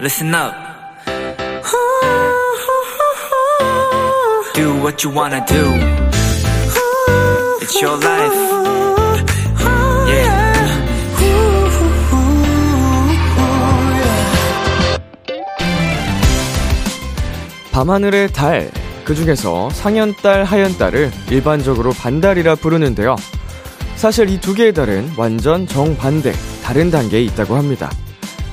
listen up. Do what you wanna do. It's your life. Yeah. 밤하늘의 달. 그 중에서 상현달, 하현달을 일반적으로 반달이라 부르는데요. 사실 이 두 개의 달은 완전 정반대, 다른 단계에 있다고 합니다.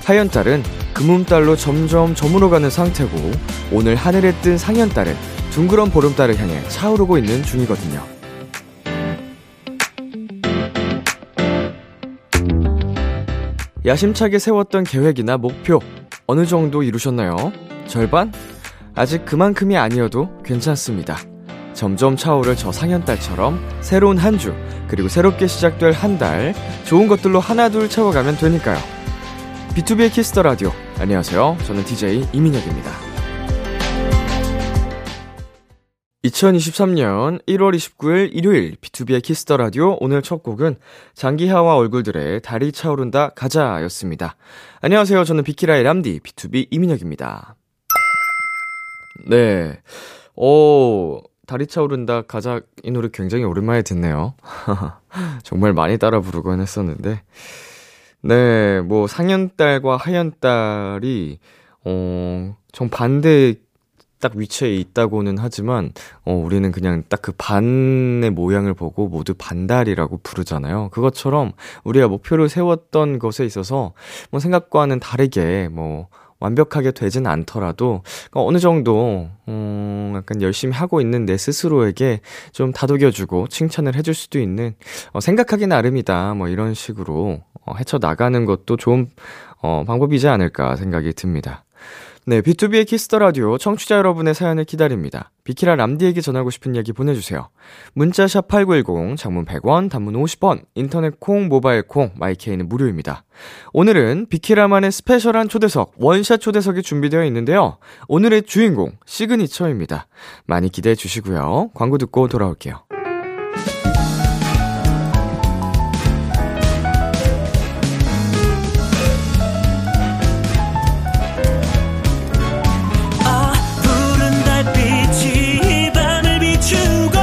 하현달은 금음달로 점점 저물어가는 상태고, 오늘 하늘에 뜬 상현달은 둥그런 보름달을 향해 차오르고 있는 중이거든요. 야심차게 세웠던 계획이나 목표, 어느 정도 이루셨나요? 절반? 아직 그만큼이 아니어도 괜찮습니다. 점점 차오를 저 상현달처럼 새로운 한 주, 그리고 새롭게 시작될 한 달, 좋은 것들로 하나둘 채워가면 되니까요. B2B의 키스터 라디오. 안녕하세요. 저는 DJ 이민혁입니다. 2023년 1월 29일 일요일 B2B의 키스터 라디오 오늘 첫 곡은 장기하와 얼굴들의 달이 차오른다 가자였습니다. 안녕하세요. 저는 비키라의 람디 B2B 이민혁입니다. 네. 오, 다리 차오른다 가자 이 노래 굉장히 오랜만에 듣네요. 정말 많이 따라 부르곤 했었는데. 네, 뭐 상현딸과 하현딸이 어, 정 반대 딱 위치에 있다고는 하지만 어 우리는 그냥 딱 그 반의 모양을 보고 모두 반달이라고 부르잖아요. 그것처럼 우리가 목표를 세웠던 것에 있어서 뭐 생각과는 다르게 뭐 완벽하게 되진 않더라도 그러니까 어느 정도 음 약간 열심히 하고 있는 내 스스로에게 좀 다독여주고 칭찬을 해줄 수도 있는 어 생각하기 나름이다 뭐 이런 식으로 어 헤쳐 나가는 것도 좋은 어 방법이지 않을까 생각이 듭니다. 네, B2B의 키스터 라디오 청취자 여러분의 사연을 기다립니다. 비키라 람디에게 전하고 싶은 얘기 보내주세요. 문자샵 8910, 장문 100원, 단문 50원, 인터넷 콩, 모바일 콩, 마이케이는 무료입니다. 오늘은 비키라만의 스페셜한 초대석, 원샷 초대석이 준비되어 있는데요. 오늘의 주인공, 시그니처입니다. 많이 기대해 주시고요. 광고 듣고 돌아올게요. 아 푸른 달빛이 이 밤을 비추고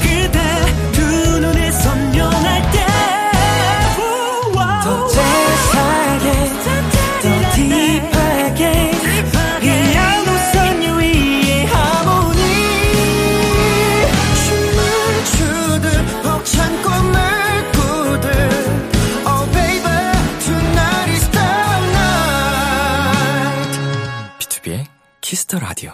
그대 두 눈에 선명할 때더 제사하게 더 딥하게 이 양도선 유위의 하모니 춤을 추듯 벅찬 꿈을 꾸듯 Oh baby tonight is the night B2B의 키스터 라디오.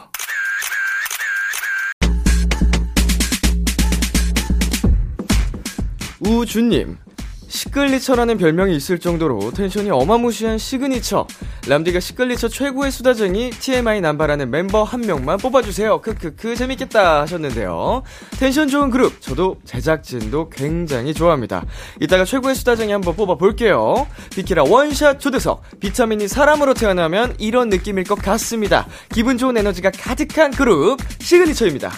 우준님 시끌리처라는 별명이 있을 정도로 텐션이 어마무시한 시그니처 람디가 시끌리처 최고의 수다쟁이 TMI 남바라는 멤버 한 명만 뽑아주세요 크크크 재밌겠다 하셨는데요 텐션 좋은 그룹 저도 제작진도 굉장히 좋아합니다 이따가 최고의 수다쟁이 한번 뽑아볼게요 비키라 원샷 초대석 비타민이 사람으로 태어나면 이런 느낌일 것 같습니다 기분 좋은 에너지가 가득한 그룹 시그니처입니다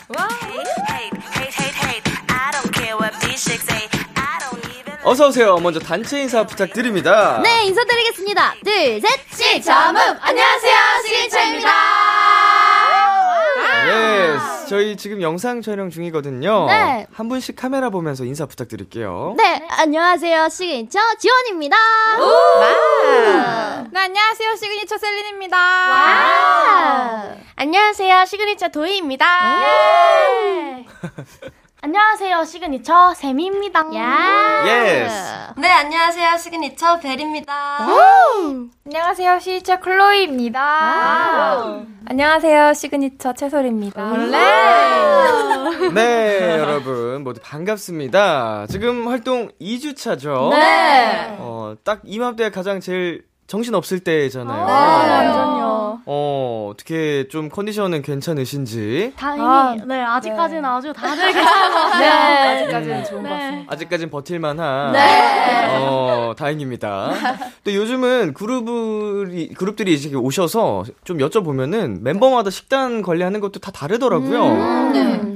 어서오세요 먼저 단체 인사 부탁드립니다 네, 인사드리겠습니다. 둘, 셋, 시점음! 안녕하세요, 시기철입니다. 예스. 저희 지금 영상 촬영 아. 중이거든요. 네. 한 분씩 카메라 보면서 인사 부탁드릴게요. 네, 안녕하세요, 시그니처 지원입니다. 네, 안녕하세요. 시그니처 셀린입니다. 안녕하세요, 시그니처 네. 도희입니다. 네. 안녕하세요, 시그니처 세미입니다. 예스. 네, 안녕하세요. 시그니처 벨입니다. 안녕하세요. 시그니처 클로이입니다. 안녕하세요. 시그니처 채솔입니다. 네, 여러분 모두 반갑습니다. 지금 활동 2주 차죠. 네. 어, 딱 이맘때 가장 제일 정신 없을 어. 때잖아요. 완전요. 어, 어떻게 좀 컨디션은 괜찮으신지? 다행히, 아. 네, 아직까지는 아주 다들 네. 괜찮아요. 아직까지는 좋은 것 같습니다. 아직까진 버틸만한. 네. 어, 다행입니다. 근데 요즘은 그룹이, 그룹들이 이제 오셔서 음. 좀 여쭤보면은 멤버마다 식단 관리하는 것도 다 다르더라고요.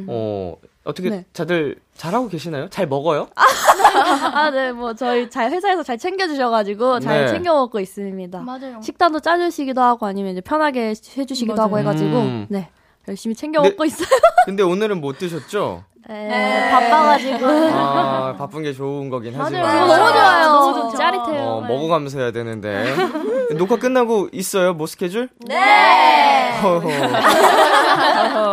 어, 어떻게 음. 네. 다들 잘하고 계시나요? 잘 먹어요? 아, 네, 뭐, 저희 잘, 회사에서 잘 챙겨주셔가지고, 잘 네. 챙겨 먹고 있습니다. 맞아요. 식단도 짜주시기도 하고, 아니면 이제 편하게 해주시기도 맞아요. 하고 해가지고, 음. 네. 열심히 챙겨 네. 먹고 있어요. 근데 오늘은 못 드셨죠? 네, 바빠가지고. 아, 바쁜 게 좋은 거긴 하지만. 맞아요. 네. 너무 좋아요. 네. 너무 좋죠. 짜릿해요. 어, 먹어가면서 해야 되는데. 녹화 끝나고 있어요? 뭐 스케줄? 네. 허허.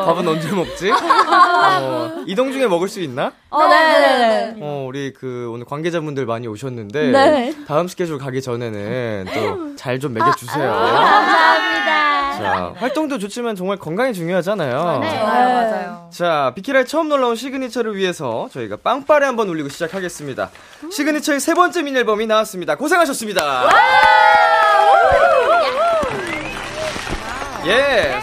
밥은 언제 먹지? 어, 이동 중에 먹을 수 있나? 어, 네, 네, 네. 어, 우리 그 오늘 관계자분들 많이 오셨는데 네. 다음 스케줄 가기 전에는 또 잘 좀 먹여 주세요. 아, 감사합니다. 자, 활동도 좋지만 정말 건강이 중요하잖아요. 네. 맞아요, 맞아요. 자, 비키라의 처음 놀라온 시그니처를 위해서 저희가 빵빠레 한번 울리고 시작하겠습니다. 시그니처의 세 번째 미니앨범이 나왔습니다. 고생하셨습니다. 예스. 예.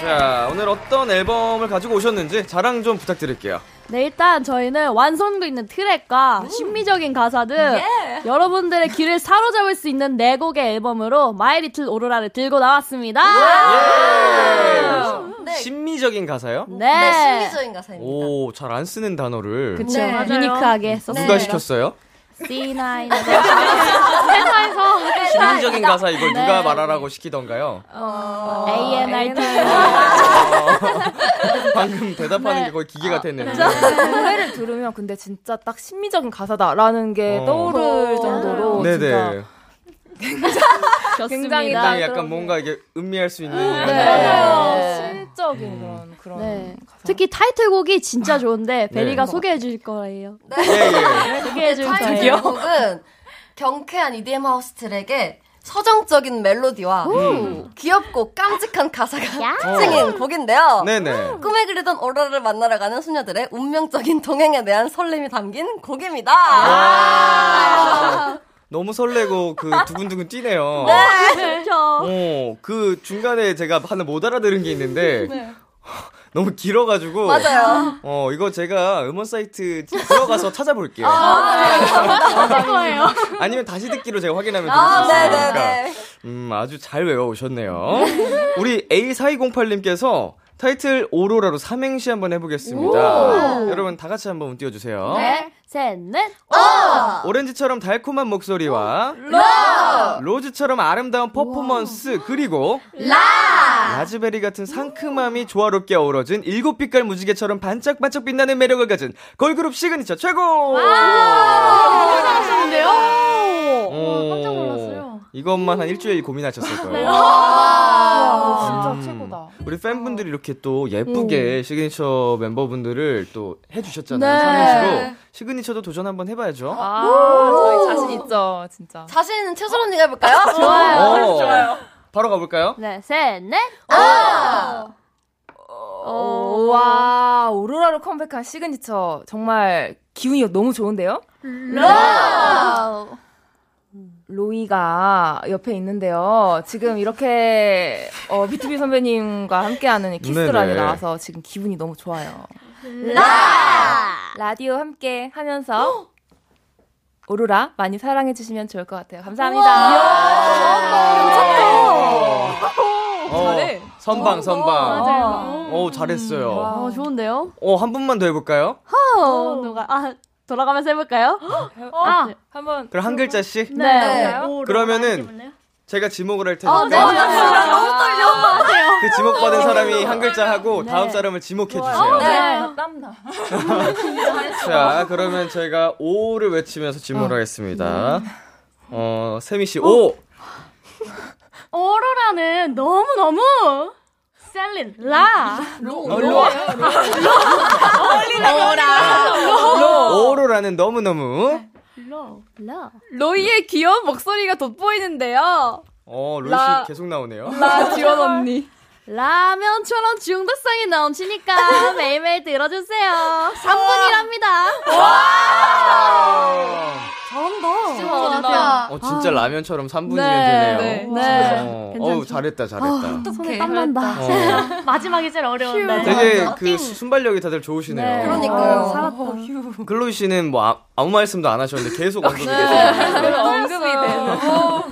자, 오늘 어떤 앨범을 가지고 오셨는지 자랑 좀 부탁드릴게요. 네, 일단 저희는 완성도 있는 트랙과 심미적인 가사 등 예. 여러분들의 귀를 사로잡을 수 있는 네 곡의 앨범으로 마이 리틀 오로라를 들고 나왔습니다. 예. 네. 심미적인 가사요? 네. 네, 심리적인 가사입니다. 오, 잘 안 쓰는 단어를 그쵸. 네, 네, 맞아요. 유니크하게 썼어요. 누가 시켰어요? C9. 심미적인 가사 이걸 누가 말하라고 시키던가요? 아, ANR. 방금 대답하는 게 거의 기계 같았는데. 네. 노래를 들으면 근데 진짜 딱 심미적인 가사다라는 게 어. 떠오를 어. 정도로 진짜 네네. 굉장히 굉장히 나- 약간 뭔가 이게 음미할 수 있는. 네. 맞아요. 심적인 그런 그런 네. 가사. 특히 타이틀곡이 진짜 좋은데 네. 베리가 소개해 줄 거예요. 예, 예. 네. 소개해 줄 거예요. 타이틀곡은 아, 네, 경쾌한 EDM 하우스들에게 서정적인 멜로디와 귀엽고 깜찍한 가사가 특징인 곡인데요. 네네. 꿈에 그리던 오로라를 만나러 가는 소녀들의 운명적인 동행에 대한 설렘이 담긴 곡입니다. 너무 설레고 그 두근두근 뛰네요. 그렇죠. 어, 그 중간에 제가 하나 못 알아들은 게 있는데 너무 길어가지고 맞아요. 어 이거 제가 음원 사이트 들어가서 찾아볼게요. 아니면 다시 듣기로 제가 확인하면 될수 네. 아, 있으니까. 네네네. 음, 아주 잘 외워오셨네요. 우리 A4208님께서 타이틀 오로라로 삼행시 한번 해보겠습니다. 여러분 다 같이 한번 띄워주세요. 네. 셋, 넷. 오렌지처럼 달콤한 목소리와 로즈! 처럼 아름다운 퍼포먼스 그리고 라! 즈베리 같은 상큼함이 조화롭게 어우러진 일곱 빛깔 무지개처럼 반짝반짝 빛나는 매력을 가진 걸그룹 시그니처 최고! 잘하시는데요? 어, 깜짝 놀랐어요. 이것만 한 일주일 고민하셨을 거예요. 아. 아. 아. 음. 와, 아, 진짜 최고다. 우리 팬분들이 이렇게 또 예쁘게 시그니처 멤버분들을 또 해주셨잖아요. 네. 삼행시로 시그니처도 도전 한번 해봐야죠. 아, 저희 자신 있죠, 진짜. 자신 있는 최솔 언니가 해볼까요? 좋아요. 어, 바로 가볼까요? 네, 셋, 넷. 오, 어, 와, 오로라로 컴백한 시그니처 정말 기운이 너무 좋은데요? 러! 로이가 옆에 있는데요. 지금 이렇게 어, B2B 선배님과 함께하는 이 키스라니 네네. 나와서 지금 기분이 너무 좋아요. 라! 라디오 함께 하면서 오로라 많이 사랑해 주시면 좋을 것 같아요. 네. 감사합니다. 어, 잘해. 선방, 선방. 어, 맞아요. 어. 오, 잘했어요. 어, 좋은데요? 어, 한 분만 더 해볼까요? 어, 누가, 아, 돌아가면서 해볼까요? 어? 아, 한번 그럼 한 글자씩? 네. 아, 그러면은 제가 지목을 할 테니까 너무 떨려. 그 지목 받은 사람이 한 글자 하고 다음 사람을 지목해 주세요. 네. 땀나. 자, 그러면 제가 오를 외치면서 질문을 하겠습니다. 음. 어, 세미 씨 오. 오로라는 너무너무 셀린 라. 오로라는 너무너무 로. 라. 로이의 귀여운 목소리가 돋보이는데요. 어, 루이 라- 씨 계속 나오네요. 나 귀여운 언니. 아, 라면처럼 중독성이 넘치니까 매일매일 들어주세요. 3분이랍니다. 아, 진짜. 어, 진짜 라면처럼 3분이면 네, 되네요. 네. 어, 어우, 잘했다, 잘했다. 손에 땀 난다. 어, 마지막이 제일 어려운데. 되게 그 수- 순발력이 다들 좋으시네요. 그러니까요. 아. 글로이 씨는 아, 뭐 아, 무 말씀도 안 하셨는데 계속 언급이 계세요. 언급이 돼서.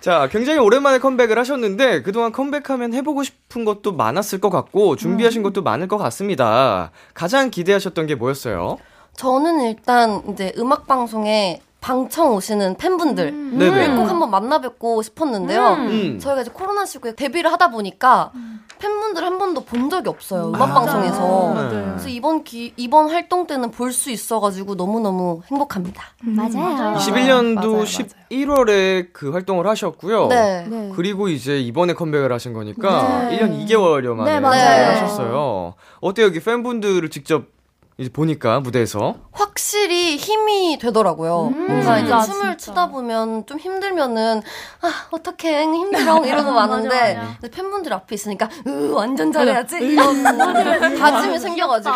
자, 굉장히 오랜만에 컴백을 하셨는데 그동안 컴백하면 해보고 싶은 것도 많았을 것 같고 준비하신 것도 많을 것 같습니다. 가장 기대하셨던 게 뭐였어요? 저는 일단 이제 음악 방송에 방청 오시는 팬분들 음. 네네. 꼭 한번 만나뵙고 싶었는데요. 음. 저희가 이제 코로나 시국에 데뷔를 하다 보니까 팬분들 한 번도 본 적이 없어요. 아. 음악 방송에서. 맞아요. 그래서 이번 기 이번 활동 때는 볼 수 있어가지고 너무 너무 행복합니다. 음. 맞아요. 네. 21년도 맞아요, 맞아요. 11월에 그 활동을 하셨고요. 네. 네. 그리고 이제 이번에 컴백을 하신 거니까 1년 2개월여 만에 네, 맞아요. 컴백을 하셨어요. 어때요? 여기 팬분들을 직접 이제 보니까 무대에서 확실히 힘이 되더라고요. 뭔가 이제 진짜, 춤을 진짜. 추다 보면 좀 힘들면은 아 어떡해 힘들어 이러고 많은데 이제 팬분들 앞에 있으니까 으 완전 잘해야지 이런 다짐이 생겨가지고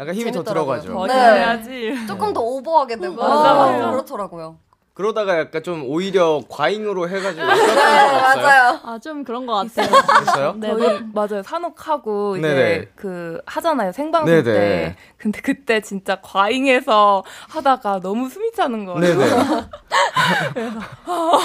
약간 힘이 더 재밌더라고요. 들어가죠. 네. 해야지. 조금 더 오버하게 되고 그렇더라고요. 그러다가 약간 좀 오히려 과잉으로 해가지고 맞아요. 맞아요. 아, 좀 그런 것 같아요. 있어요? 네, 뭐- 저희 맞아요 산옥하고 이제 네네. 그 하잖아요 생방송 네네. 때 근데 그때 진짜 과잉해서 하다가 너무 숨이 차는 거예요 네네. 뭐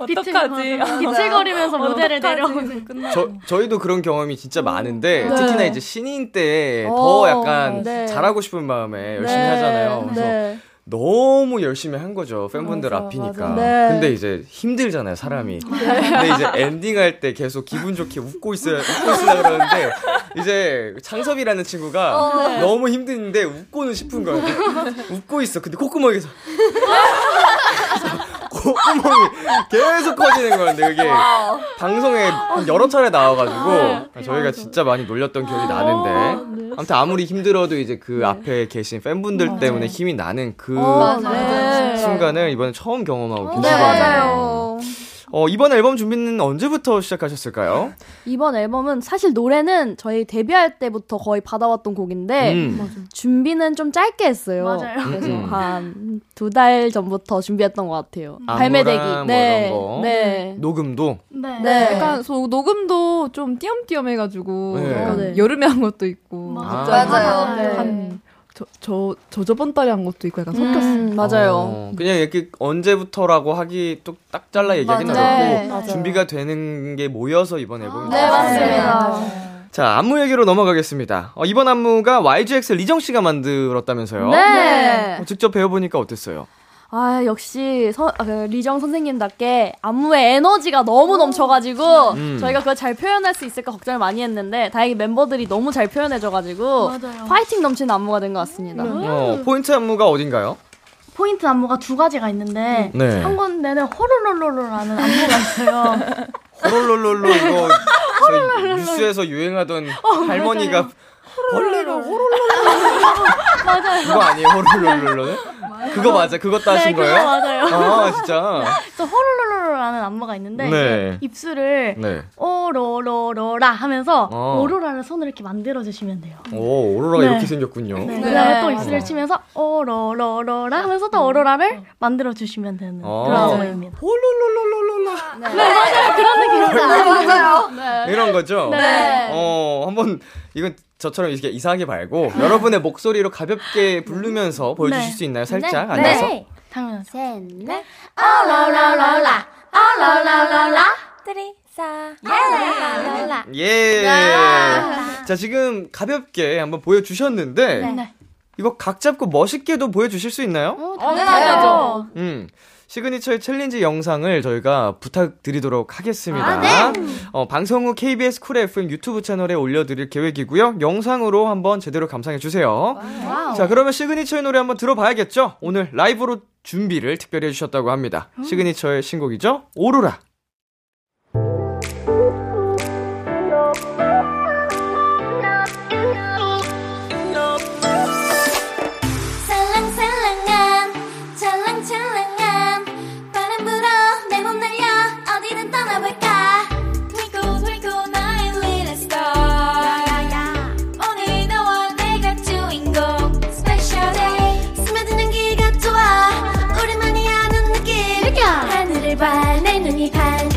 어떡하지 아, 비틀거리면서 무대를 내려오는. 저, 저희도 그런 경험이 진짜 많은데 특히나 이제 신인 때 더 어, 약간 네. 잘하고 싶은 마음에 열심히 하잖아요. 그래서 네. 너무 열심히 한 거죠 팬분들 맞아, 음. 앞이니까. 맞아. 네. 근데 이제 힘들잖아요 사람이. 근데 이제 엔딩할 때 계속 기분 좋게 웃고 있어요 웃고 있으려 그러는데 이제 창섭이라는 친구가 어, 네. 너무 힘든데 웃고는 싶은 거예요. 웃고 있어. 근데 콧구멍에서 콧구멍이 계속 커지는 건데 이게 방송에 한 여러 차례 나와가지고 아, 아, 저희가 진짜 많이 놀렸던 기억이 네. 나는데 아무튼 아무리 힘들어도 이제 그 앞에 계신 팬분들 때문에 힘이 나는 그 네. 순간을 이번에 처음 경험하고 계시거든요. 네, 어, 맞아요. 어, 이번 앨범 준비는 언제부터 시작하셨을까요? 이번 앨범은 사실 노래는 저희 데뷔할 때부터 거의 받아왔던 곡인데 음. 준비는 좀 짧게 했어요. 맞아요. 그래서 음. 한 두 달 전부터 준비했던 것 같아요. 안무랑 발매되기. 뭐 네. 이런 거. 네. 녹음도 네. 네. 약간 소, 녹음도 좀 띄엄띄엄 해가지고 네. 약간 네. 여름에 한 것도 음. 있고 맞아요. 네. 갑자기 맞아요. 네. 한- 한 저, 저, 저 저번 달에 한 것도 있고 약간 섞였어요. 음, 맞아요. 어, 그냥 이렇게 언제부터라고 하기 또 딱 잘라 얘기하기는 맞아요. 어렵고 네, 맞아요. 준비가 되는 게 모여서 이번 앨범이 네, 나왔어요. 맞습니다. 자 안무 얘기로 넘어가겠습니다. 어, 이번 안무가 YGX 리정 씨가 만들었다면서요? 네. 어, 직접 배워보니까 어땠어요? 아, 역시 서, 아, 그 리정 선생님답게 안무의 에너지가 너무 넘쳐가지고 음. 저희가 그걸 잘 표현할 수 있을까 걱정을 많이 했는데 다행히 멤버들이 너무 잘 표현해줘가지고 맞아요. 파이팅 넘치는 안무가 된 것 같습니다. 어, 포인트 안무가 어딘가요? 포인트 안무가 두 가지가 있는데 네. 한 군데는 호로로로로라는 안무가 있어요. 호롤롤롤로 이거 저희 뉴스에서 유행하던 할머니가 원래가 호롤롤롤 그거 아니에요 호롤롤롤로는? 그거 맞아 그것도 하신 네, 그거 거예요? 맞아요. 아 진짜 또 호로로로로라는 안무가 있는데 네. 이제 입술을 네. 오로로로라 하면서 어. 오로라를 손으로 이렇게 만들어 주시면 돼요. 오 오로라가 네. 이렇게 생겼군요. 음. 네. 그다음에 또 입술을 치면서 오로로로라 하면서 또 오로라를 만들어 주시면 되는 어. 그런 안무입니다. 호롤롤롤롤라 네. 맞아요. 이런 거죠. 네. 어 한번 이건 저처럼 이렇게 이상하게 말고 여러분의 목소리로 가볍게 부르면서 보여주실 네. 수 있나요? 살짝 앉아서. 당연하죠. 네. 셋넷 어라라라라 어라라라라 드리사 예. 라라라라 예. 자 지금 가볍게 한번 보여주셨는데 네. 이거 각 잡고 멋있게도 보여주실 수 있나요? 당연하죠. 음. 시그니처의 챌린지 영상을 저희가 부탁드리도록 하겠습니다. 어, 방송 후 KBS 쿨 FM 유튜브 채널에 올려드릴 계획이고요. 영상으로 한번 제대로 감상해주세요. 자, 그러면 시그니처의 노래 한번 들어봐야겠죠? 오늘 라이브로 준비를 특별히 해주셨다고 합니다. 시그니처의 신곡이죠? 오로라. 살랑살랑한 찰랑찰랑한 바람 불어 내 몸 날려 어디든 떠나볼까 Twinkle twinkle my little star 오늘 너와 내가 주인공 Special day 스며든 연기가 좋아 우리만이 아는 느낌 하늘을 봐 내 눈이 반 어,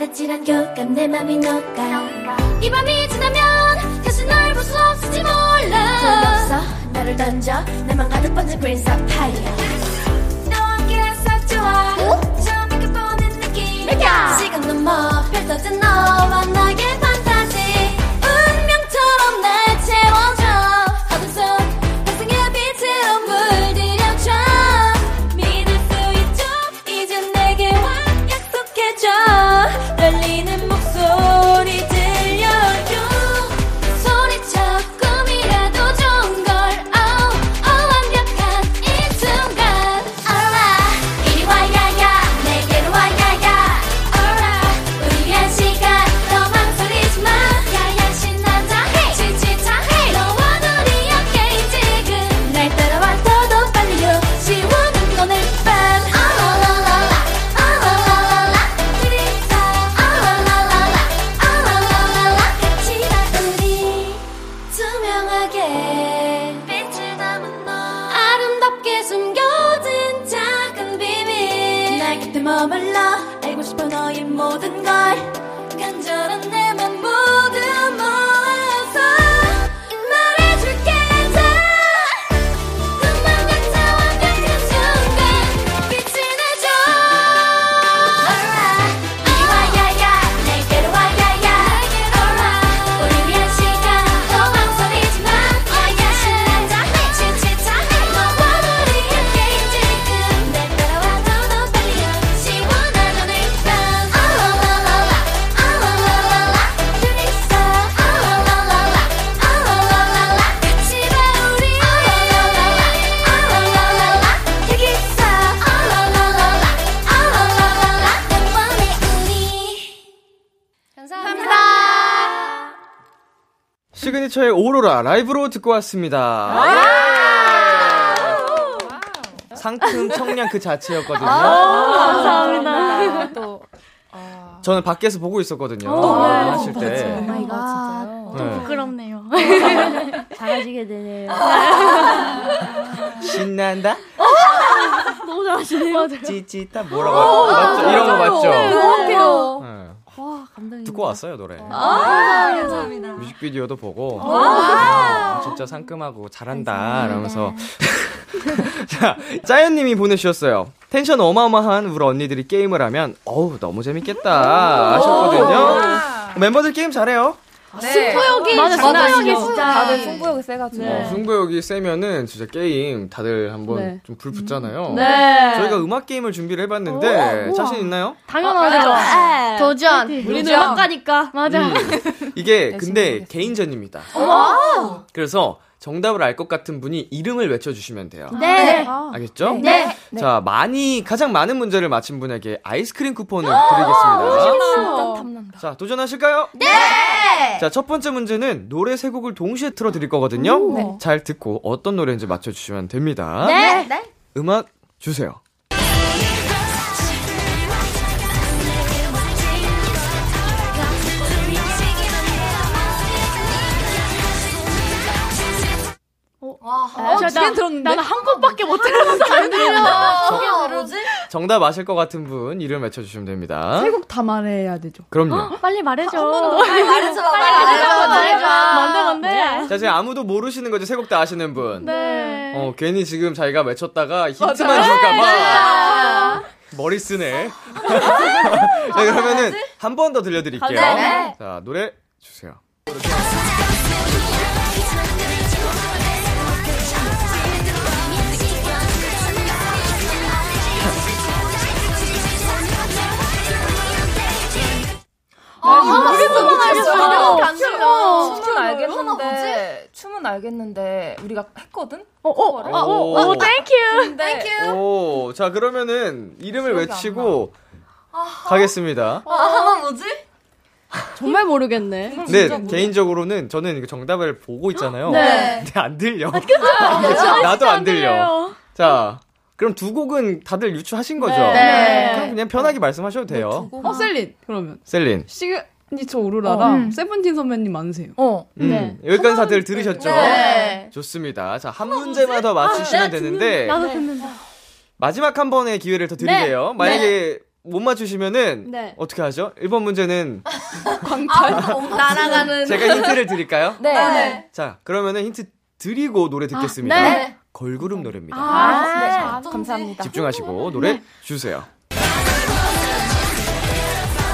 아찔한 교감 내 맘이 녹아 이 밤이 지나면 다시 널 볼 수 없을지 몰라 소용없어 나를 던져 내맘 가득 번진 Prince of Fire 너와 함께 싹 좋아 처음 느껴보는 느낌 맥야! 시간 넘어 펼쳐진 너와 나의 판타지 운명처럼 날 채워줘 어둠 속 환상의 빛으로 물들여줘 믿을 수 있죠 이젠 내게 와 약속해줘 떨리는 목소리 들려줘 소리쳐 꿈이라도 좋은 걸 oh oh 완벽한 이 순간 alright 이리 와 야야 내게로 와 야야 alright 우리의 시간 너 망설이지 마 야야 신난다 hey 지치다 hey 너와 우리의 게임 지금 날 따라와 더더 빨리요 지워둔 오늘 밤 아라라라라 아라라라라 우리 다 아라라라라 아라라라라 같이 다 우리 투명하게 빛을 담은 너 아름답게 숨겨진 작은 비밀 날 곁에 머물러 알고 싶어 너의 모든 걸 간절한 내 맘 모두 모아서 말해줄게 다 눈만 같아 완벽한 순간 빛을 내줘 Alright 이리 와야야 내게로 와야야 Alright 우리 위한 시간 더 망설이지 마 와야 신난다 지치다 너와 우리의 게임 지금 날 따라와 더더 빨리요 시원한 오늘 밤 아라라라라 아라라라라 둘이서 아라라라라 아라라라라 같이 봐 우리 아라라라라 아라라라라 여기서 아라라라라 아라라라라 영원히 우리 감사합니다 시그니처의 오로라 라이브로 듣고 왔습니다. 상큼 청량 그 자체였거든요. 아, 감사합니다. 또 저는 밖에서 보고 있었거든요. 오, 네. 어, 하실 때. 마이 갓. 또 네. 부끄럽네요. 잘하시게 되네요. 신난다? 너무 잘하시네요. 찌찌따 뭐라고 어, 하죠? 맞죠? 이런 거 맞죠? 네, 너무 웃겨요. 네. 와, 감동이. 듣고 왔어요 노래. 아, 감사합니다. 어. 뮤직비디오도 보고 와. 아, 진짜 상큼하고 잘한다 라면서 자 짜연님이 보내주셨어요 텐션 어마어마한 우리 언니들이 게임을 하면 어우 너무 재밌겠다 하셨거든요 멤버들 게임 잘해요 승부욕이 맞아, 장난 승부욕이 아니죠. 진짜. 다들 승부욕이 세가지고. 어, 승부욕이 세면은 진짜 게임 다들 한번 네. 좀 불 붙잖아요 네. 저희가 음악 게임을 준비를 해봤는데 오, 우와. 자신 있나요? 당연하죠. 어, 아, 네. 도전. 우리는 음악가니까. 맞아. 이게 근데 개인전입니다 어? 그래서 정답을 알 것 같은 분이 이름을 외쳐주시면 돼요 네. 알겠죠? 네. 자, 많이, 가장 많은 문제를 맞힌 분에게 아이스크림 쿠폰을 아, 드리겠습니다. 진짜 탐난다. 자, 도전하실까요? 네! 자, 첫 번째 문제는 노래 세 곡을 동시에 틀어드릴 거거든요. 네. 잘 듣고 어떤 노래인지 맞춰주시면 됩니다. 네. 음악 주세요. 아, 저 나, 들었는데? 나는 한 곡밖에 못 들었어. 안 들려. 저게 뭐지? 정답 아실 것 같은 분 이름 외쳐주시면 됩니다. 세곡 다 말해야 되죠. 그럼요. 빨리 말해줘. 빨리 말해줘. 말해줘. 뭔데, 뭔데? 자, 이제 아무도 모르시는 거죠. 세 곡 다 아시는 분. 네. 어, 괜히 지금 자기가 외쳤다가 힌트만 줄까봐. 머리 쓰네. 자, 그러면은 한 번 더 들려드릴게요. 네. 자, 노래 주세요. 춤은 안 어, 춤. 춤은 알겠는데 춤은 알겠는데 우리가 했거든. 어, 어, 어, 어, 오. 어, 땡큐. 근데 오, 자, 그러면은 이름을 기억이 안 외치고 가겠습니다. 아하 뭐지? 정말 모르겠네. 네, 개인적으로는 저는 이거 정답을 보고 있잖아요. 네. 근데 안 들려. 아, 나도 안 들려. 자, 그럼 두 곡은 다들 유추하신 거죠? 네. 그럼 그냥 편하게 말씀하셔도 돼요. 어, 셀린. 그러면. 셀린. 시그니처 오로라랑 세븐틴 선배님 많으세요. 어. 음, 네. 여기까지 다들 들으셨죠? 네. 좋습니다. 자, 한 문제만 아, 네, 더 맞추시면 되는데 어. 나도 듣는다. 마지막 한 번의 기회를 더 드릴게요. 만약에 못 맞추시면은 네. 어떻게 하죠? 1번 문제는 광탈 날아가는 제가 힌트를 드릴까요? 네. 아, 네. 자, 그러면은 힌트 드리고 노래 듣겠습니다. 아, 네. 걸그룹 노래입니다. 아, 감사합니다. 네. 집중하시고 노래 주세요.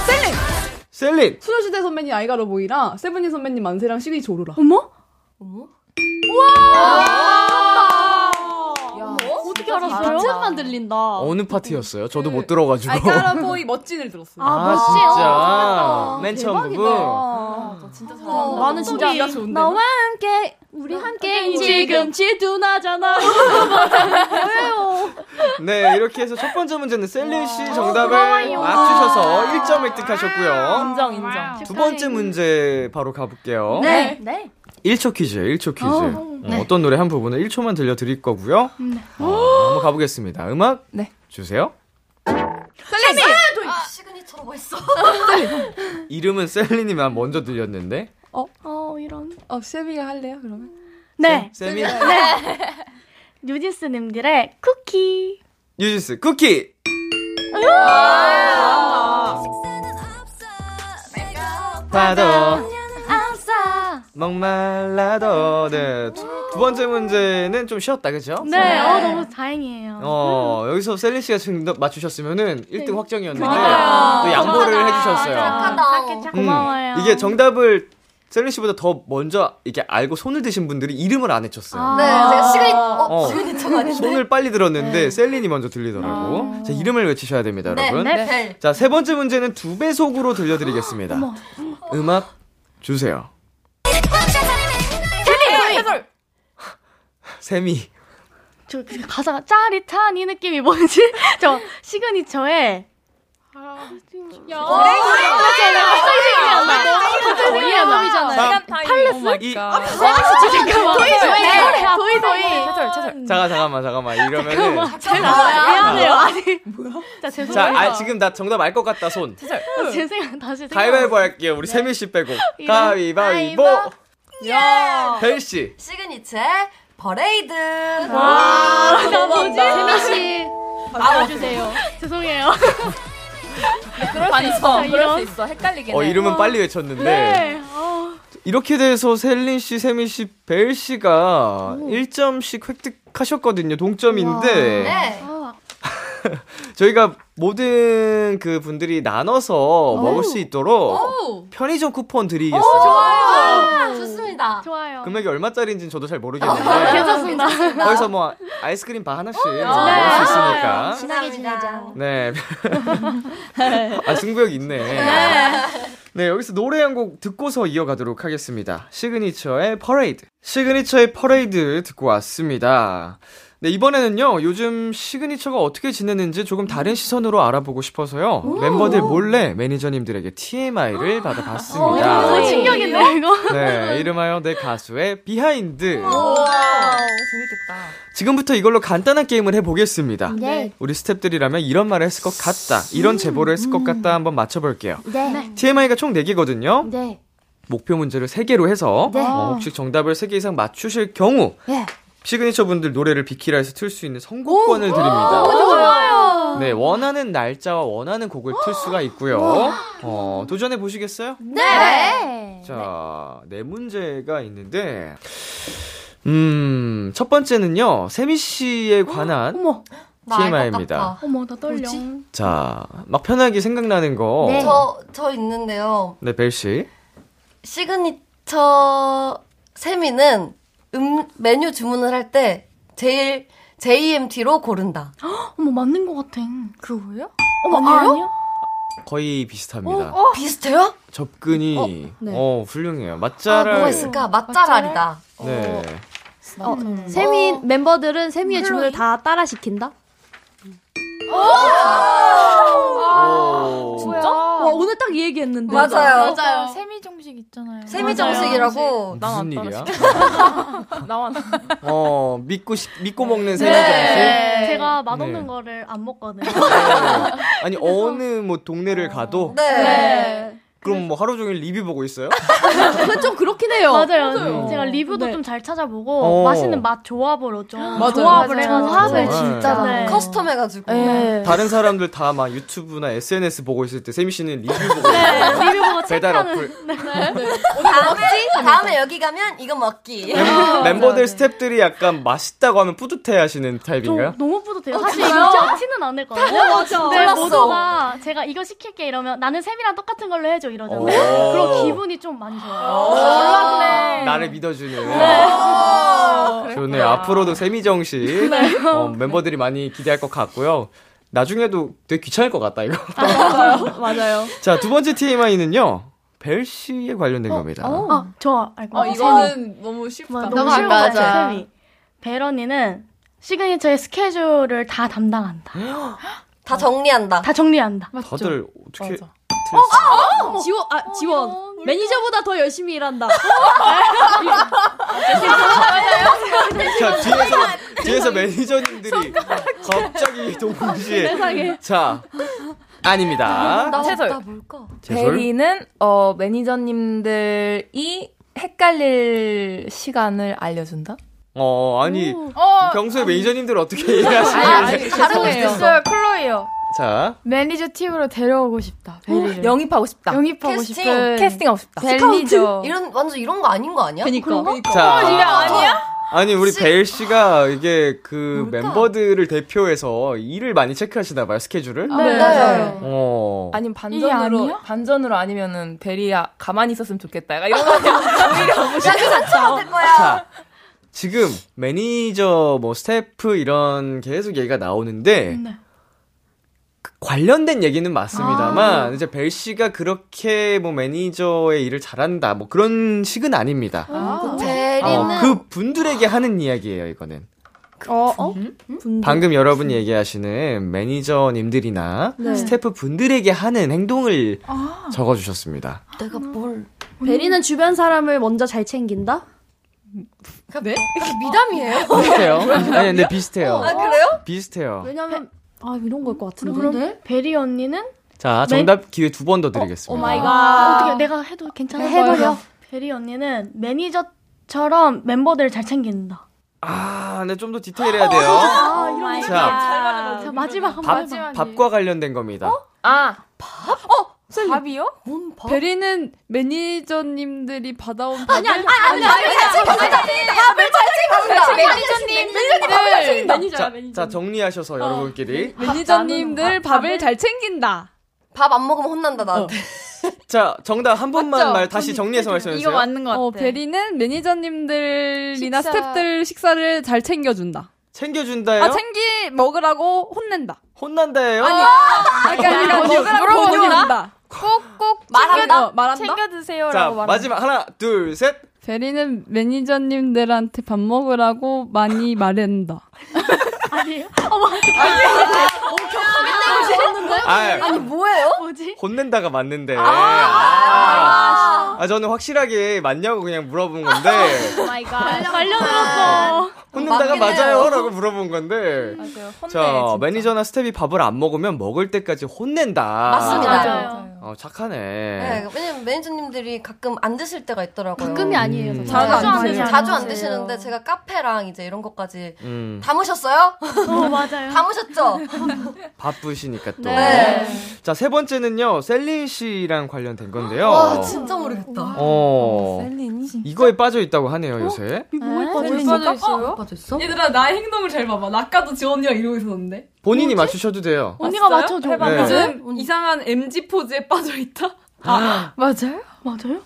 셀린! 셀린! 소녀시대 선배님 아이가로 보이라 세븐틴 선배님 만세랑 시그니처 오로라. 음, 어머? 어떻게 알았어요? 문제만 들린다. 어느 파트였어요? 저도 그 못 들어가지고. 아이가로 보이 멋진을 들었어요. 아, 진짜. 맨 처음 아, 부분. 진짜 잘한다. 어, 나는 진짜 목소리가 좋은데요? 너와 함께 우리 함께 지금 질투나잖아. 네, 이렇게 해서 첫 번째 문제는 셀린 씨 정답을 맞추셔서 1점 획득하셨고요. 인정 인정. 두 번째 문제 바로 가볼게요. 네. 네. 1초 퀴즈예요, 1초 퀴즈. 어, 네. 어, 떤 노래 한 부분을 1초만 들려드릴 거고요. 네. 어, 한번 가보겠습니다. 음악 주세요. 셀린이! 아, 시그니처로 멋있어. 이름은 셀린이만 먼저 들렸는데. 어, 어 이런. 어 세비가 할래요 그러면? 네. 쌤이 네. 뉴진스님들의 쿠키. 유진스 쿠키! 파도 아싸. 목말라도 네. 두, 두 번째 문제는 좀 쉬웠다, 그죠? 네, 어, 너무 다행이에요. 어, 여기서 셀린 씨가 정답 맞추셨으면은 1등 확정이었는데 네. 그러니까요. 또 양보를 해 아, 주셨어요. 음, 착하다. 고마워요. 이게 정답을 셀린 씨보다 더 먼저 이렇게 알고 손을 드신 분들이 이름을 안 해쳤어요. 아, 네, 제가 시그니, 어, 어. 시그니처가 아닌데. 네? 손을 빨리 들었는데 셀린이 먼저 들리더라고. 아. 자, 이름을 외치셔야 됩니다, 네, 여러분. 네, 네. 자, 세 번째 문제는 두 배속으로 들려드리겠습니다. 음악 주세요. 셀린! 세미. 저 가사가 짜릿한 이 느낌이 뭔지 저 시그니처에 아, 네. 도이 도이 채설, 아, 채설. 잠깐, 잠깐만, 음. 잠깐만. 이러면은. 제가 미안해요 아니 자 자, 죄송해요 아, 지금 나 정답 알 것 같다, 손. 아, 제 생각 다시 생각 가위바위보 할게요. 우리 세미 씨 빼고. 네. 가위바위보. 야. 벨 씨. 시그니처의 버레이드. 아, 와, 대박. 뭐지? 재민 씨, 받아주세요. 죄송해요 그럴 수 있어. 그럴 수 있어. 헷갈리긴 해. 어, 이름은 빨리 외쳤는데. 네 어, 이렇게 돼서 셀린 씨, 세미 씨, 벨 씨가 1점씩 획득하셨거든요. 동점인데. 네. 저희가 모든 그 분들이 나눠서 먹을 수 있도록 오. 편의점 쿠폰 드리겠습니다. 좋아요. 좋습니다. 좋아요. 금액이 얼마짜리인지는 저도 잘 아, 모르겠는데. 괜찮습니다 거기서 뭐 아이스크림 바 하나씩 뭐 먹을 수 있으니까. 친하게 아, 지내자. 네. 아, 승부욕 있네. 네. 여기서 노래 한 곡 듣고서 이어가도록 하겠습니다. 시그니처의 퍼레이드. 시그니처의 퍼레이드 듣고 왔습니다. 네, 이번에는요, 요즘 시그니처가 어떻게 지내는지 조금 다른 시선으로 알아보고 싶어서요, 멤버들 몰래 매니저님들에게 TMI를 어, 받아봤습니다. 충격인데 이거 네, 이름하여 내 가수의 비하인드. 와, 재밌겠다. 지금부터 이걸로 간단한 게임을 해보겠습니다. 네. 우리 스탭들이라면 이런 말을 했을 것 같다. 이런 제보를 했을 것 같다. 한번 맞춰볼게요. 네. TMI가 총 4개거든요. 네. 목표 문제를 3개로 해서 네. 어, 혹시 정답을 3개 이상 맞추실 경우 예. 시그니처 분들 노래를 비키라에서 틀 수 있는 선곡권을 드립니다. 좋아요. 네, 원하는 날짜와 원하는 곡을 틀 수가 있고요. 어, 도전해 보시겠어요? 네. 자, 네 문제가 있는데, 음, 첫 번째는요, 세미 씨에 관한 어머 나알것 TMI입니다. 같아. 어머 나 떨려 자, 막 편하게 생각나는 어. 거. 네. 저, 저 있는데요. 네, 벨 씨. 시그니처 세미는 음, 메뉴 주문을 할 때 제일 JMT로 고른다. 어머 맞는 것 같아 그거요? 어머 아니에요? 아니요 거의 비슷합니다. 어? 비슷해요? 접근이, 어, 네. 훌륭해요. 아, 맛잘알. 뭐가 있을까? 맛잘알이다. 네. 어, 세미 어. 멤버들은 세미의 주문을 다 따라 시킨다. 어. 오. 진짜? 와 오늘 딱 이 얘기했는데. 맞아요. 맞아요 세미 정식 있잖아요. 세미 정식이라고. 무슨 일이야? 나와. 나. 어, 믿고, 시- 믿고 네. 먹는 세미 정식? 네. 제가 맛없는 네. 거를 안 먹거든요 어. 아니, 어느 뭐 동네를 가도 네. 네. 그럼 뭐 하루 종일 리뷰 보고 있어요? 근데 좀 그렇긴 해요. 어, 맞아요. 음. 맞아요. 네. 제가 네. 리뷰도 좀 잘 찾아보고 어. 맛있는 맛 조합으로 좀 맞아요. 조합을 맞아요. 해가지고 네. 조합을 진짜 네. 커스텀 해가지고. 네. 네. 다른 사람들 다 막 유튜브나 SNS 보고 있을 때 세미 씨는 리뷰 보고 네, 리뷰 보고 배달 체크하는. 어플 다음에, 다음에 여기 가면 이거 먹기. 네, 멤버들 스탭들이 약간 맛있다고 하면 뿌듯해하시는 타입인가요? 너무 뿌듯해요. 어, 사실 진짜요? 진짜 티는 안 낼 거예요. 어, 맞아. 네, 몰랐어. 모두가 제가 이거 시킬게 이러면 나는 샘이랑 똑같은 걸로 해줘 이러잖아요. 오. 그럼 기분이 좀 많이 좋아요. 나를 믿어주는. 네. 좋네. 앞으로도 세미정 씨 네. 어, 멤버들이 많이 기대할 것 같고요. 나중에도 되게 귀찮을 것 같다 이거. 맞아요. 자 두 번째 TMI는요. 벨 씨에 관련된 겁니다. 아, 저 알고 아, 있어요. 이거는 너무 쉽다. 뭐, 너무 너무 쉬운 거 아까워요. 같아요. 샘이. 베런이는 시그니처의 스케줄을 다 담당한다. 다 정리한다. 다 정리한다. 다들 어떻게 어, 어, 지원, 아, 지원. 매니저보다 더 열심히 일한다. 자 뒤에서 뒤에서 매니저님들이 갑자기 동시에 세상에. 자 아닙니다. 채솔. 채솔? 베리는 어 매니저님들이 헷갈릴 시간을 알려준다. 어 아니 어, 평소에 매니저님들 어떻게 이해하시는지. 있어요. 클로이요. 자 매니저 팀으로 데려오고 싶다. 베리를. 영입하고 싶다. 영입하고 캐스팅. 싶은 캐스팅하고 싶다. 베리죠. 이런 완전 이런 거 아닌 거 아니야? 그니까. 그러니까. 자. 어, 이게 아니야? 아니 우리 베일 씨가 이게 그 멤버들을 대표해서 일을 많이 체크하시나 봐요 스케줄을. 아, 네. 맞아요. 어. 아니면 이게 반전으로 아니야? 반전으로 아니면은 베리야 가만히 있었으면 좋겠다. 약간 이런 거 오히려 무시. 자 지금 매니저 뭐 스태프 이런 계속 얘기가 나오는데 그 관련된 얘기는 맞습니다만 이제 벨 씨가 그렇게 뭐 매니저의 일을 잘한다 뭐 그런 식은 아닙니다. 베리는 어, 그 분들에게 하는 이야기예요 이거는. 어, 어? 방금 여러분 얘기하시는 매니저님들이나 네. 스태프 분들에게 하는 행동을 아. 적어주셨습니다. 내가 뭘. 베리는 주변 사람을 먼저 잘 챙긴다? 네? 미담이에요? 비슷해요. 아니 근데 비슷해요. 아, 그래요? 비슷해요. 왜냐면 아 이런 걸 것 같은데. 그럼 베리 언니는 자 정답 기회 두 번 더 드리겠습니다. 아, 어떻게 내가 해도 괜찮아? 네, 해버려. 베리 언니는 매니저처럼 멤버들을 잘 챙긴다. 아 근데 좀 더 디테일해야 돼요. 아, 이런 자. 자, 자 마지막 밥, 한번 해봐. 밥과 관련된 겁니다. 아. 밥? 어, 밥이요? 뭔 밥? 베리는 매니저님들이 받아온 밥을 아니, 아니, 아니, 아니, 아니, 아니, 아니, 아니, 아니, 밥을 잘 챙긴다. 매니저님, 매니저님 밥을 잘 챙긴다. 자, 자 정리하셔서 여러분끼리 네. 매니저님들 밥을 잘 챙긴다. 밥 안 먹으면 혼난다 나한테. 자 정답 한 번만 맞죠? 말 다시 정리해서 말씀해 주세요. 것 같아. 어, 베리는 매니저님들이나 식사. 스태프들 식사를 잘 챙겨준다. 챙겨준다예요? 아, 챙기 먹으라고 혼낸다. 혼난다예요? 아니, 그러니까 아니라 아니요. 먹으라고 뭐라고 혼낸다. 꼭꼭 말한다? 말한다. 자 마지막 하나 둘 셋. 베리는 매니저님들한테 밥 먹으라고 많이 아. 말한다. 아니에요? 어머, 아니에요? 너무 격하게 때리셨는데? 아이. 아니, 뭐예요? 뭐지? 혼낸다가 맞는데. 아, 아, 저는 확실하게 맞냐고 그냥 물어본 건데. Oh 마이 갓. 말려들었어. 혼낸다가 맞아요? 라고 물어본 건데. 자, 진짜. 매니저나 스텝이 밥을 안 먹으면 먹을 때까지 혼낸다. 맞습니다. 어, 착하네. 네, 왜냐면 매니저님들이 가끔 안 드실 때가 있더라고요. 가끔이 아니에요, 정말. 자주, 자주 안 안 드세요. 드시는데. 자주 안 맞아요. 드시는데 제가 카페랑 이제 이런 것까지 음, 담으셨어요? 어, 맞아요. 담으셨죠? 바쁘시니까 또. 네. 자, 세 번째는요, 셀린 씨랑 관련된 건데요. 와, 아, 진짜 모르겠다. 어, 이거에 빠져 있다고 하네요, 요새. 아, 뭐에 빠져 있어요? 빠져있어? 얘들아, 나의 행동을 잘 봐봐. 나 아까도 지원이랑 이러고 있었는데. 본인이 맞추셔도 돼요. 언니가 맞춰줘. 해봐. 네. 요즘 이상한 MG 포즈에 빠져있다? 아, 맞아요? 맞아요?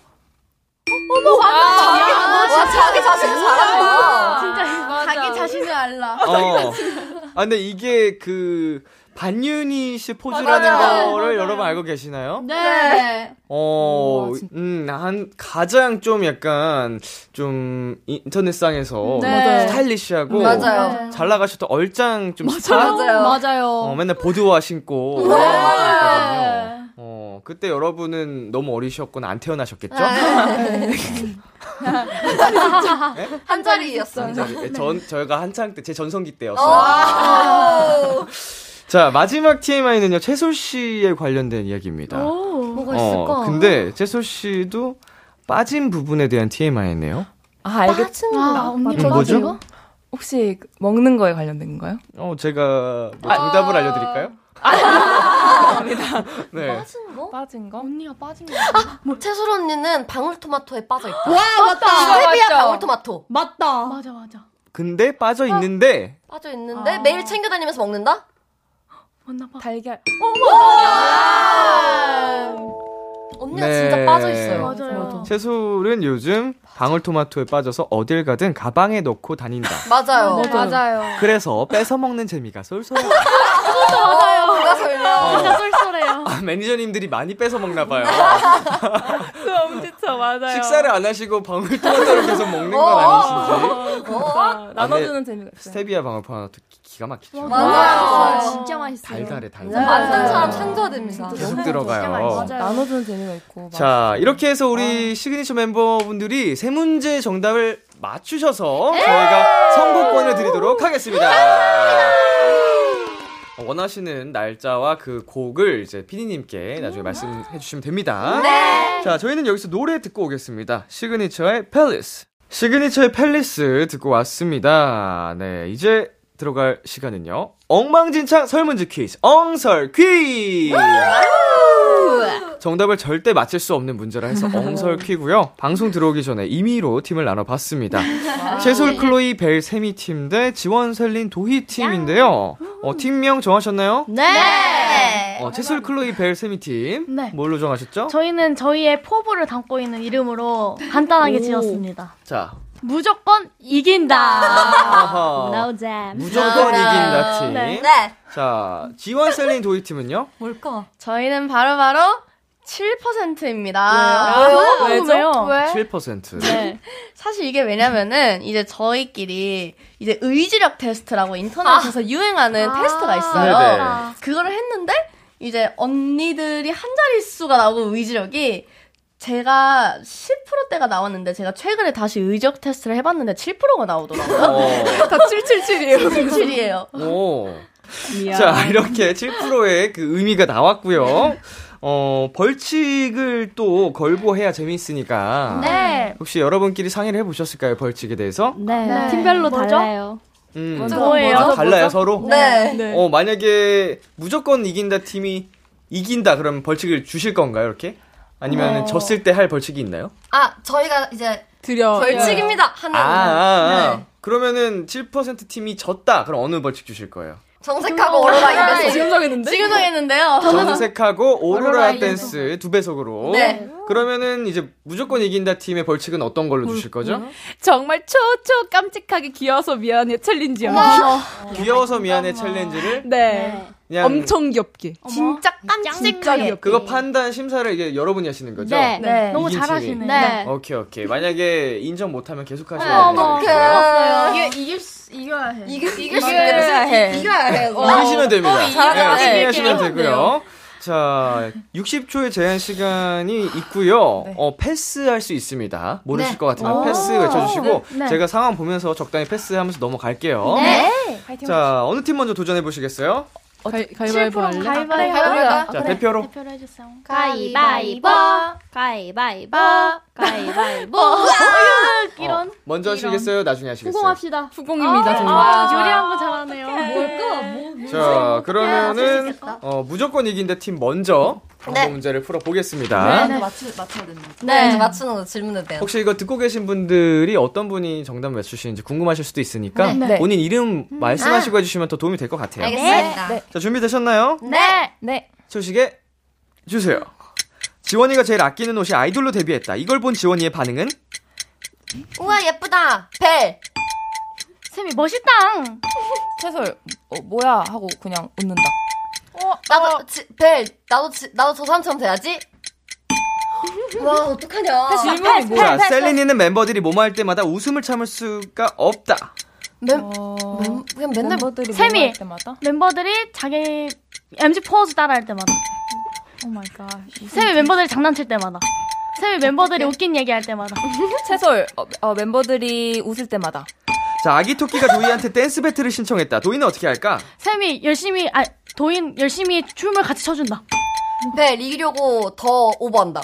어머, 완전 자기, 자기 자신을 잘한다. 자기 자신을 알라. 어. 아, 근데 이게 그, 반윤희 씨 포즈라는 맞아요. 거를 여러분 알고 계시나요? 네. 어, 음, 한, 가장 좀 약간, 좀, 인터넷상에서 네. 맞아요. 스타일리시하고. 맞아요. 잘 나가셨던 얼짱 좀 스타? 맞아요. 어, 맨날 보드와 신고. 네. 어, 그때 여러분은 너무 어리셨거나 안 태어나셨겠죠? 네, 한 자리였어. 네. 예, 전, 저희가 한창 때, 제 전성기 때였어요. 오. 아. 자, 마지막 TMI는요, 채솔 씨에 관련된 이야기입니다. 어, 오. 뭐가 있을까? 근데 제솔 씨도 빠진 부분에 대한 TMI네요. 아, 알겠지. 아, 언니 빠진 뭐죠? 거? 혹시 먹는 거에 관련된 건가요? 어, 제가 아. 뭐 정답을 알려드릴까요? 아닙니다. 네. 빠진 거? 빠진 거? 언니가 빠진 거. 아, 채솔 언니는 방울토마토에 빠져 있다. 와, 맞다. 스테비아 맞죠? 방울토마토. 맞다. 맞아 맞아. 근데 빠져 있는데 빠져 있는데 매일 챙겨 다니면서 먹는다? 맞나 봐. 달걀. 언니가 진짜 빠져 있어요. 맞아요. 채솔은 요즘 방울토마토에 빠져서 어딜 가든 가방에 넣고 다닌다. 맞아요. 맞아요. 그래서 뺏어 먹는 재미가 쏠쏠. 어. 맞아요. 누가 어. 설명. 진짜 쏠쏠해요. 아, 매니저님들이 많이 뺏어 먹나 봐요. 너무 지쳐 아, 맞아요. 어. 식사를 안 하시고 방울토마토를 계속 먹는 건 아니신지. 진짜 어? 나눠주는 재미가 있어요. 스테비아 방울토마토 기- 기가 막히죠. 맞아요. 진짜 맛있어요. 달달해 달달해. 네. 만든 사람 창조됩니다. 계속 들어가요. 음, 나눠주는 재미가 있고. 자, 이렇게 해서 우리 시그니처 멤버분들이 세 문제 정답을 맞추셔서 저희가 선곡권을 드리도록 하겠습니다. 원하시는 날짜와 그 곡을 이제 피디님께 나중에 말씀해 주시면 됩니다. 자, 저희는 여기서 노래 듣고 오겠습니다. 시그니처의 팰리스. 시그니처의 팰리스 듣고 왔습니다. 네, 이제 들어갈 시간은요. 엉망진창 설문지 퀴즈, 엉설 퀴즈! 정답을 절대 맞힐 수 없는 문제라 해서 엉설퀴고요. 방송 들어오기 전에 임의로 팀을 나눠봤습니다. 네. 채솔, 클로이, 벨, 세미 팀 대 지원, 셀린, 도희 팀인데요. 어, 팀명 정하셨나요? 네. 어, 채솔, 클로이, 벨, 세미 팀. 네. 뭘로 정하셨죠? 저희는 저희의 포부를 담고 있는 이름으로 간단하게 오. 지었습니다. 자, 무조건 이긴다. 아하. no jam. 무조건 이긴다 팀. 네. 자, 지원, 셀린, 도희 팀은요? 뭘까? 저희는 바로바로 7%입니다. 왜요? 아, 왜요? 궁금해요. 왜? 7%. 네. 사실 이게 왜냐면은 이제 저희끼리 이제 의지력 테스트라고 인터넷에서 아. 유행하는 테스트가 있어요. 아. 네네. 그거를 했는데 이제 언니들이 한 자릿수가 나오고 의지력이 제가 10%대가 나왔는데 제가 최근에 다시 의지력 테스트를 해봤는데 7%가 어. 나오더라고요. 다 777이에요. 777이에요. 오. 자, 이렇게 7%의 그 의미가 나왔고요. 어, 벌칙을 또 걸고 해야 재미있으니까. 네. 혹시 여러분끼리 상의를 해보셨을까요? 벌칙에 대해서? 네. 네. 팀별로 뭐죠? 달라요. 음. 먼저 뭐예요? 아, 먼저 달라요, 뭐죠? 서로? 네. 어, 만약에 무조건 이긴다 팀이 이긴다, 그럼 벌칙을 주실 건가요, 이렇게? 아니면 어. 졌을 때 할 벌칙이 있나요? 아, 저희가 이제 드려. 벌칙입니다. 하는 네. 아, 아, 아. 네. 그러면은 7% 팀이 졌다, 그럼 어느 벌칙 주실 거예요? 음. 정색하고 아, 오르락이 돼서 네. 정했는데? 지금 아, 정했는데요. 정색하고 오로라 오로라 댄스 두 배속으로. 네. 그러면은 이제 무조건 이긴다 팀의 벌칙은 어떤 걸로 주실 거죠? 음, 정말 초초 깜찍하게 귀여워서 미안해 챌린지요. 귀여워서 미안해 챌린지를 네. 그냥 엄청 귀엽게. 진짜 음, 깜찍하게. 그거 판단 심사를 이제 여러분이 하시는 거죠? 네. 네. 너무 이긴 잘하시네. 팀이. 네. 오케이 오케이. 만약에 인정 못하면 계속 네. 하셔야 어머. 돼요. 이게 이길 수, 이겨야 해. 이길 이길 이겨야 수 있는 해. 이겨야 해요. 이기시면 됩니다. 어, 이겨야 네, 해. 열심히 하시면 이기면 되고요. 자, 60초의 제한 시간이 있고요. 어, 패스할 수 있습니다. 모르실 네. 것 같으면 오. 패스 외쳐주시고 네, 네. 제가 상황 보면서 적당히 패스하면서 넘어갈게요. 자, 어느 팀 먼저 도전해 보시겠어요? 가위바위보 할래? 네. 가위바위보. 아, 자, 대표로. 대표를 해주세요. 가위바위보. 가위바위보. 아, 가위바위보. 이런. 어, 먼저 하시겠어요? 나중에 하시겠어요? 후공합시다. 후공입니다, 정말. 아, 요리한 거 잘하네요. 뭐, 뭘까? 네, 자, 그러면은 있겠다. 어, 무조건 이긴다 팀 먼저 방금 네. 문제를 풀어 보겠습니다. 맞추 맞춰야 됩니다. 네. 네, 이제 맞추는 거 질문에 대한. 혹시 이거 듣고 계신 분들이 어떤 분이 정답 맞추시는지 궁금하실 수도 있으니까 네. 네. 본인 이름 말씀하시고 해주시면 더 도움이 될 것 같아요. 알겠습니다. 자, 준비되셨나요? 네. 네. 소식에 주세요. 지원이가 제일 아끼는 옷이 아이돌로 데뷔했다. 이걸 본 지원이의 반응은? 우와 예쁘다. 벨. 쌤이 멋있다. 채솔 어, 뭐야 하고 그냥 웃는다. 나도 지, 벨. 나도 지, 나도 저 사람처럼 돼야지. 와 아, 어떡하냐. 아, 질문이 자, 뭐야? 셀린이는 멤버들이 뭐할 때마다 웃음을 참을 수가 없다. 멤, 멤 그냥 맨날 멤버들이 세미. 뭐할 때마다 멤버들이 자기 MG 포즈 따라할 때마다. Oh 오 마이 갓. 쌤이 멤버들이 장난칠 때마다. 쌤이 멤버들이 웃긴 얘기할 때마다. 채솔 어, 어, 멤버들이 웃을 때마다 자, 아기 토끼가 도희한테 댄스 배틀을 신청했다. 도희는 어떻게 할까? 쌤이 열심히, 아, 도인 열심히 춤을 같이 춰준다. 벨 이기려고 더 오버한다.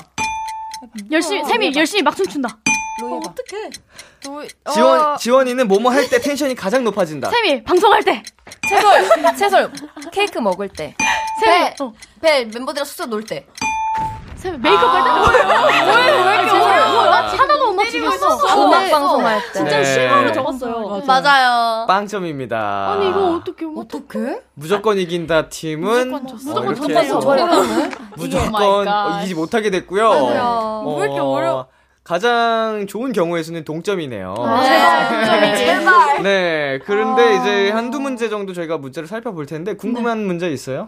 열심히 세미 열심히 막 춤춘다. 어떡해. 어. 지원 지원이는 뭐뭐 할 때 텐션이 가장 높아진다. 어. 세미 방송할 때 채솔, 채솔, 케이크 먹을 때. 네. 벨, 벨 멤버들이랑 숙소 놀 때. 어, 메이크업 할 때. 뭐예요? 왜 이렇게 어려워? 나 아. 하나도 못 맞추고 있어. 아, 음악 방송할 때. 진짜 네. 실화로 적었어요. 맞아요. 빵점입니다. 아니 이거 어떻게 어떻게? 무조건 이긴다 팀은 무조건 이렇게 졌어요. 저거는. 무조건 어, 이기지 못하게 됐고요. Oh 어, 맞아요. 왜 이렇게 어려워? 가장 좋은 경우에서는 동점이네요. 아. 제발 동점이지. 제발. 네. 그런데 이제 한두 문제 정도 저희가 문제를 살펴볼 텐데 네. 궁금한 문제 있어요?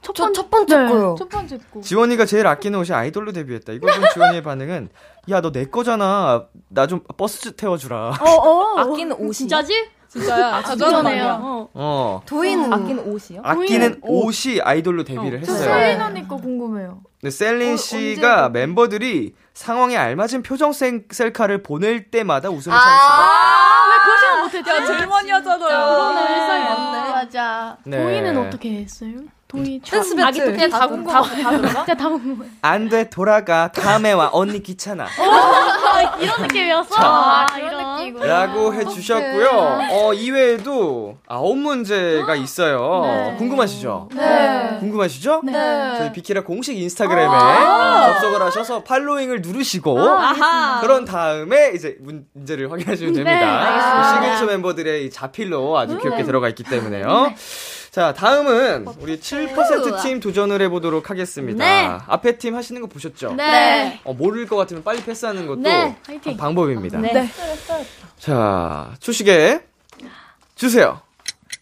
첫, 번, 첫 번째 거요. 네. 첫 번째 거. 지원이가 제일 아끼는 옷이 아이돌로 데뷔했다. 이걸 본 지원이의 반응은 야 너 내 거잖아. 나 좀 버스 태워주라. 어어. 아끼는 옷이. 진짜지? 진짜야. 아, 진짜는 진짜네요. 아니야. 어. 음. 도희는 아끼는 옷이요? 아끼는 옷이 아이돌로 데뷔를 네. 했어요. 셀린 언니 거 궁금해요. 근데 셀린 씨가 멤버들이 상황에 알맞은 표정 셀- 셀카를 보낼 때마다 웃음을 참았어요. 아. 왜 그 시간 못했지? 야, 제일 많이 하잖아요. 그러네. 일상이 맞네. 맞아. 네. 도희는 어떻게 했어요? 도희 댄스 배틀. 그냥 다 다 궁금해. 다- 다 들어가? 진짜 다 궁금해. 안 돼 돌아가 다음에 와 언니 귀찮아. 어, 이런 느낌이었어? 자. 아, 이런 느낌. 라고 해주셨고요. 아, 네. 어, 이외에도 아홉 문제가 있어요. 궁금하시죠? 네. 궁금하시죠? 네. 저희 비키라 공식 인스타그램에 아. 접속을 하셔서 팔로잉을 누르시고 아, 아하. 그런 다음에 이제 문, 제를 확인하시면 네, 됩니다. 알겠습니다. 우리 시그니처 멤버들의 이 자필로 아주 귀엽게 음. 네. 어, 들어가 있기 때문에요. 자, 다음은 우리 7%팀 도전을 해보도록 하겠습니다. 네. 앞에 팀 하시는 거 보셨죠? 네. 어, 모를 것 같으면 빨리 패스하는 것도 네, 한 방법입니다. 네. 자, 초식에 주세요.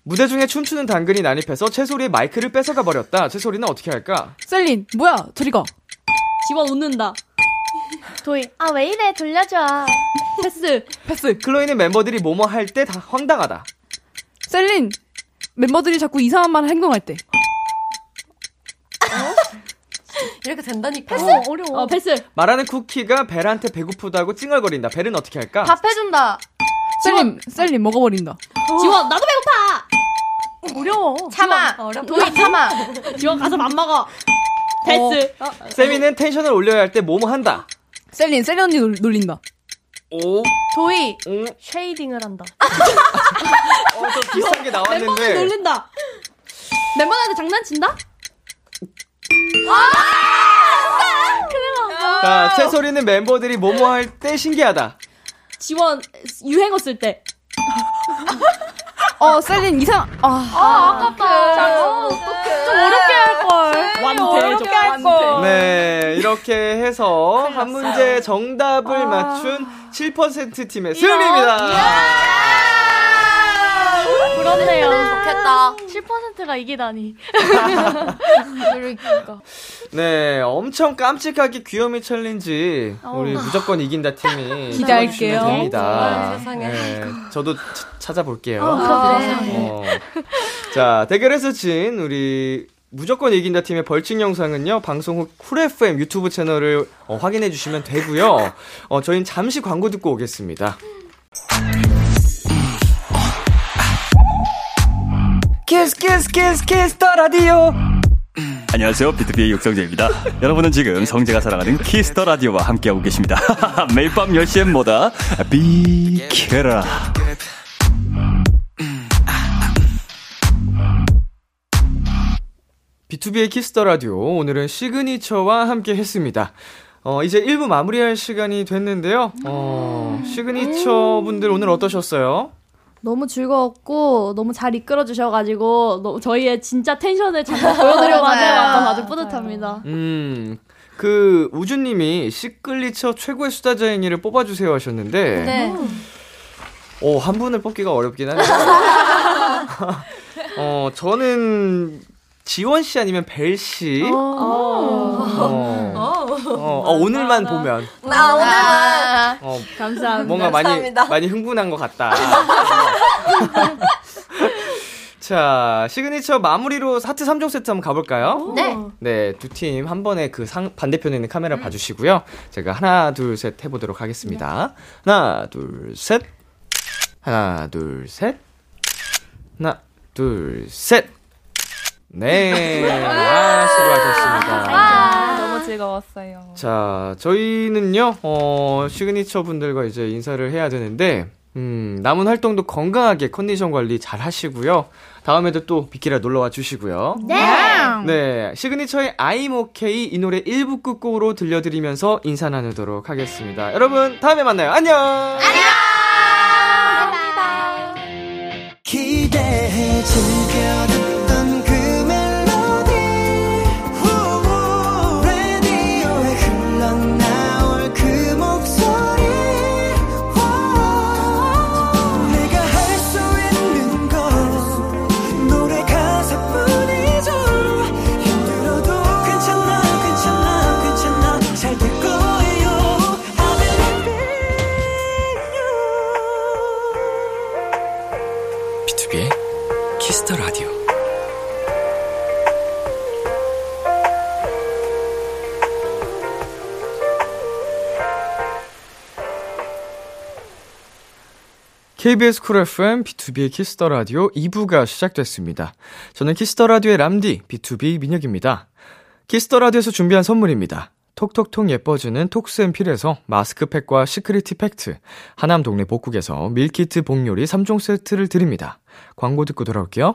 무대 중에 춤추는 당근이 난입해서 채소리의 마이크를 뺏어가 버렸다. 채소리는 어떻게 할까? 셀린, 뭐야, 저리 가. 집어 웃는다. 도희 아 왜 이래 돌려줘. 패스. 패스. 네, 클로이는 멤버들이 뭐뭐 할 때 다 황당하다. 셀린, 멤버들이 자꾸 이상한 말 행동할 때. 이렇게 된다니까. 패스? 어, 어려워. 패스. 말하는 쿠키가 벨한테 배고프다고 찡얼거린다. 벨은 어떻게 할까? 해준다. 셀린, 셀린 먹어버린다. 지원 나도 배고파. 어려워. 참아. 도희 참아. 지원 가서 밥 먹어. 패스. 세미는 텐션을 올려야 할 때 뭐뭐 한다. 셀린, 셀린 언니 놀, 놀린다. 오. 도희 응. 쉐이딩을 한다. 비슷한 게 아, 멤버들 나왔는데. 놀린다. 멤버들한테 장난친다? 자, 채소리는 멤버들이 뭐뭐 할 때 신기하다. 지원 유행어 쓸 때. 어, 셀린 이상, 아. 아깝다. 어떡해. 좀 어렵게 할걸. 완패죠. 완패. 아. 네, 이렇게 해서 한 문제 정답을 맞춘 7% 팀의 승리입니다. 그렇네요. 좋겠다. 7%가 이기다니. 네, 엄청 깜찍하게 귀요미 챌린지 어. 우리 무조건 이긴다 팀이 기대할게요. 찍어주시면 됩니다. 정말 세상에. 네, 저도 차- 찾아볼게요. 어, 그럼 세상에. 어. 자, 대결에서 진 우리 무조건 이긴다 팀의 벌칙 영상은요 방송 후 쿨 FM 유튜브 채널을 어, 확인해 주시면 되고요. 어, 저희는 잠시 광고 듣고 오겠습니다. 키스 키스 키스 키스 더 라디오 안녕하세요. 비투비의 육성재입니다. 여러분은 지금 성재가 사랑하는 키스터 라디오와 함께하고 계십니다. 매일 밤 10시엔 뭐다? 비케라. B2B의 키스터 라디오 오늘은 시그니처와 함께 했습니다. 어, 이제 1부 마무리할 시간이 됐는데요. 어, 시그니처 분들 오늘 어떠셨어요? 너무 즐거웠고 너무 잘 이끌어 주셔가지고 너- 저희의 진짜 텐션을 잠깐 보여드려 가지고 아주 뿌듯합니다. 음. 그 우주 님이 시글니처 최고의 수다쟁이를 뽑아 주세요 하셨는데 네. 어, 한 분을 뽑기가 어렵긴 하네요. 어, 저는 지원 씨 아니면 벨 씨. 어. 어, 어, 오늘만 보면 나 오늘만. 어, 감사합니다. 뭔가 많이 많이 흥분한 것 같다. 자, 시그니처 마무리로 하트 3종 세트 한번 뭐- 가볼까요? 네. 네, 두 팀 한 번에 그 상, 반대편에 있는 카메라 음. 봐주시고요. 제가 하나, 둘, 셋 해보도록 하겠습니다. 하나, 둘, 셋. 하나, 둘, 셋. 하나, 둘, 셋. 네. 와, 수고하셨습니다. 아, 네. 너무 즐거웠어요. 자, 저희는요, 어, 시그니처 분들과 이제 인사를 해야 되는데, 음, 남은 활동도 건강하게 컨디션 관리 잘 하시고요. 다음에도 또 빅키라 놀러 와 주시고요. 네. 네, 시그니처의 I'm OK 이 노래 1부 끝곡으로 들려드리면서 인사 나누도록 하겠습니다. 여러분, 다음에 만나요. 안녕! 기대해 즐겨듣던 그 멜로디 후, 라디오에 흘러나올 그 목소리 와, 내가 할 수 있는 건 노래 가사뿐이죠 힘들어도 괜찮아 괜찮아 괜찮아 잘 될 거예요 I believe B2B의 키스터 라디오. KBS 쿨 FM B2B의 키스터 라디오 2부가 시작됐습니다. 저는 키스터 라디오의 람디 B2B 민혁입니다. 키스터 라디오에서 준비한 선물입니다. 톡톡톡 예뻐지는 톡스앤필에서 마스크팩과 시크릿티 팩트, 하남 동네 복국에서 밀키트 복요리 3종 세트를 드립니다. 광고 듣고 돌아올게요.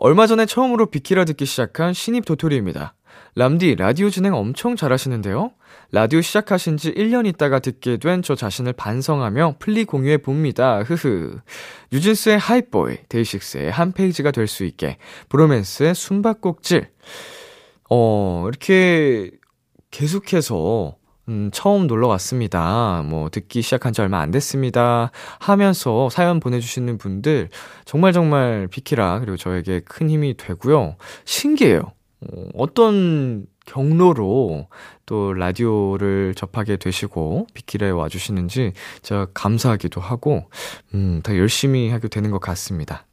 얼마 전에 처음으로 비키라 듣기 시작한 신입 도토리입니다. 람디, 라디오 진행 엄청 잘하시는데요? 라디오 시작하신 지 1년 있다가 듣게 된 저 자신을 반성하며 플리 공유해 봅니다. 흐흐. 유진스의 하이보이, 데이식스의 한 페이지가 될 수 있게, 브로맨스의 숨바꼭질. 어, 이렇게 계속해서 음, 처음 놀러 왔습니다. 뭐, 듣기 시작한 지 얼마 안 됐습니다. 하면서 사연 보내주시는 분들, 정말 정말 비키라, 그리고 저에게 큰 힘이 되고요. 신기해요. 어, 어떤 경로로 또 라디오를 접하게 되시고, 비키라에 와주시는지 제가 감사하기도 하고, 음, 더 열심히 하게 되는 것 같습니다.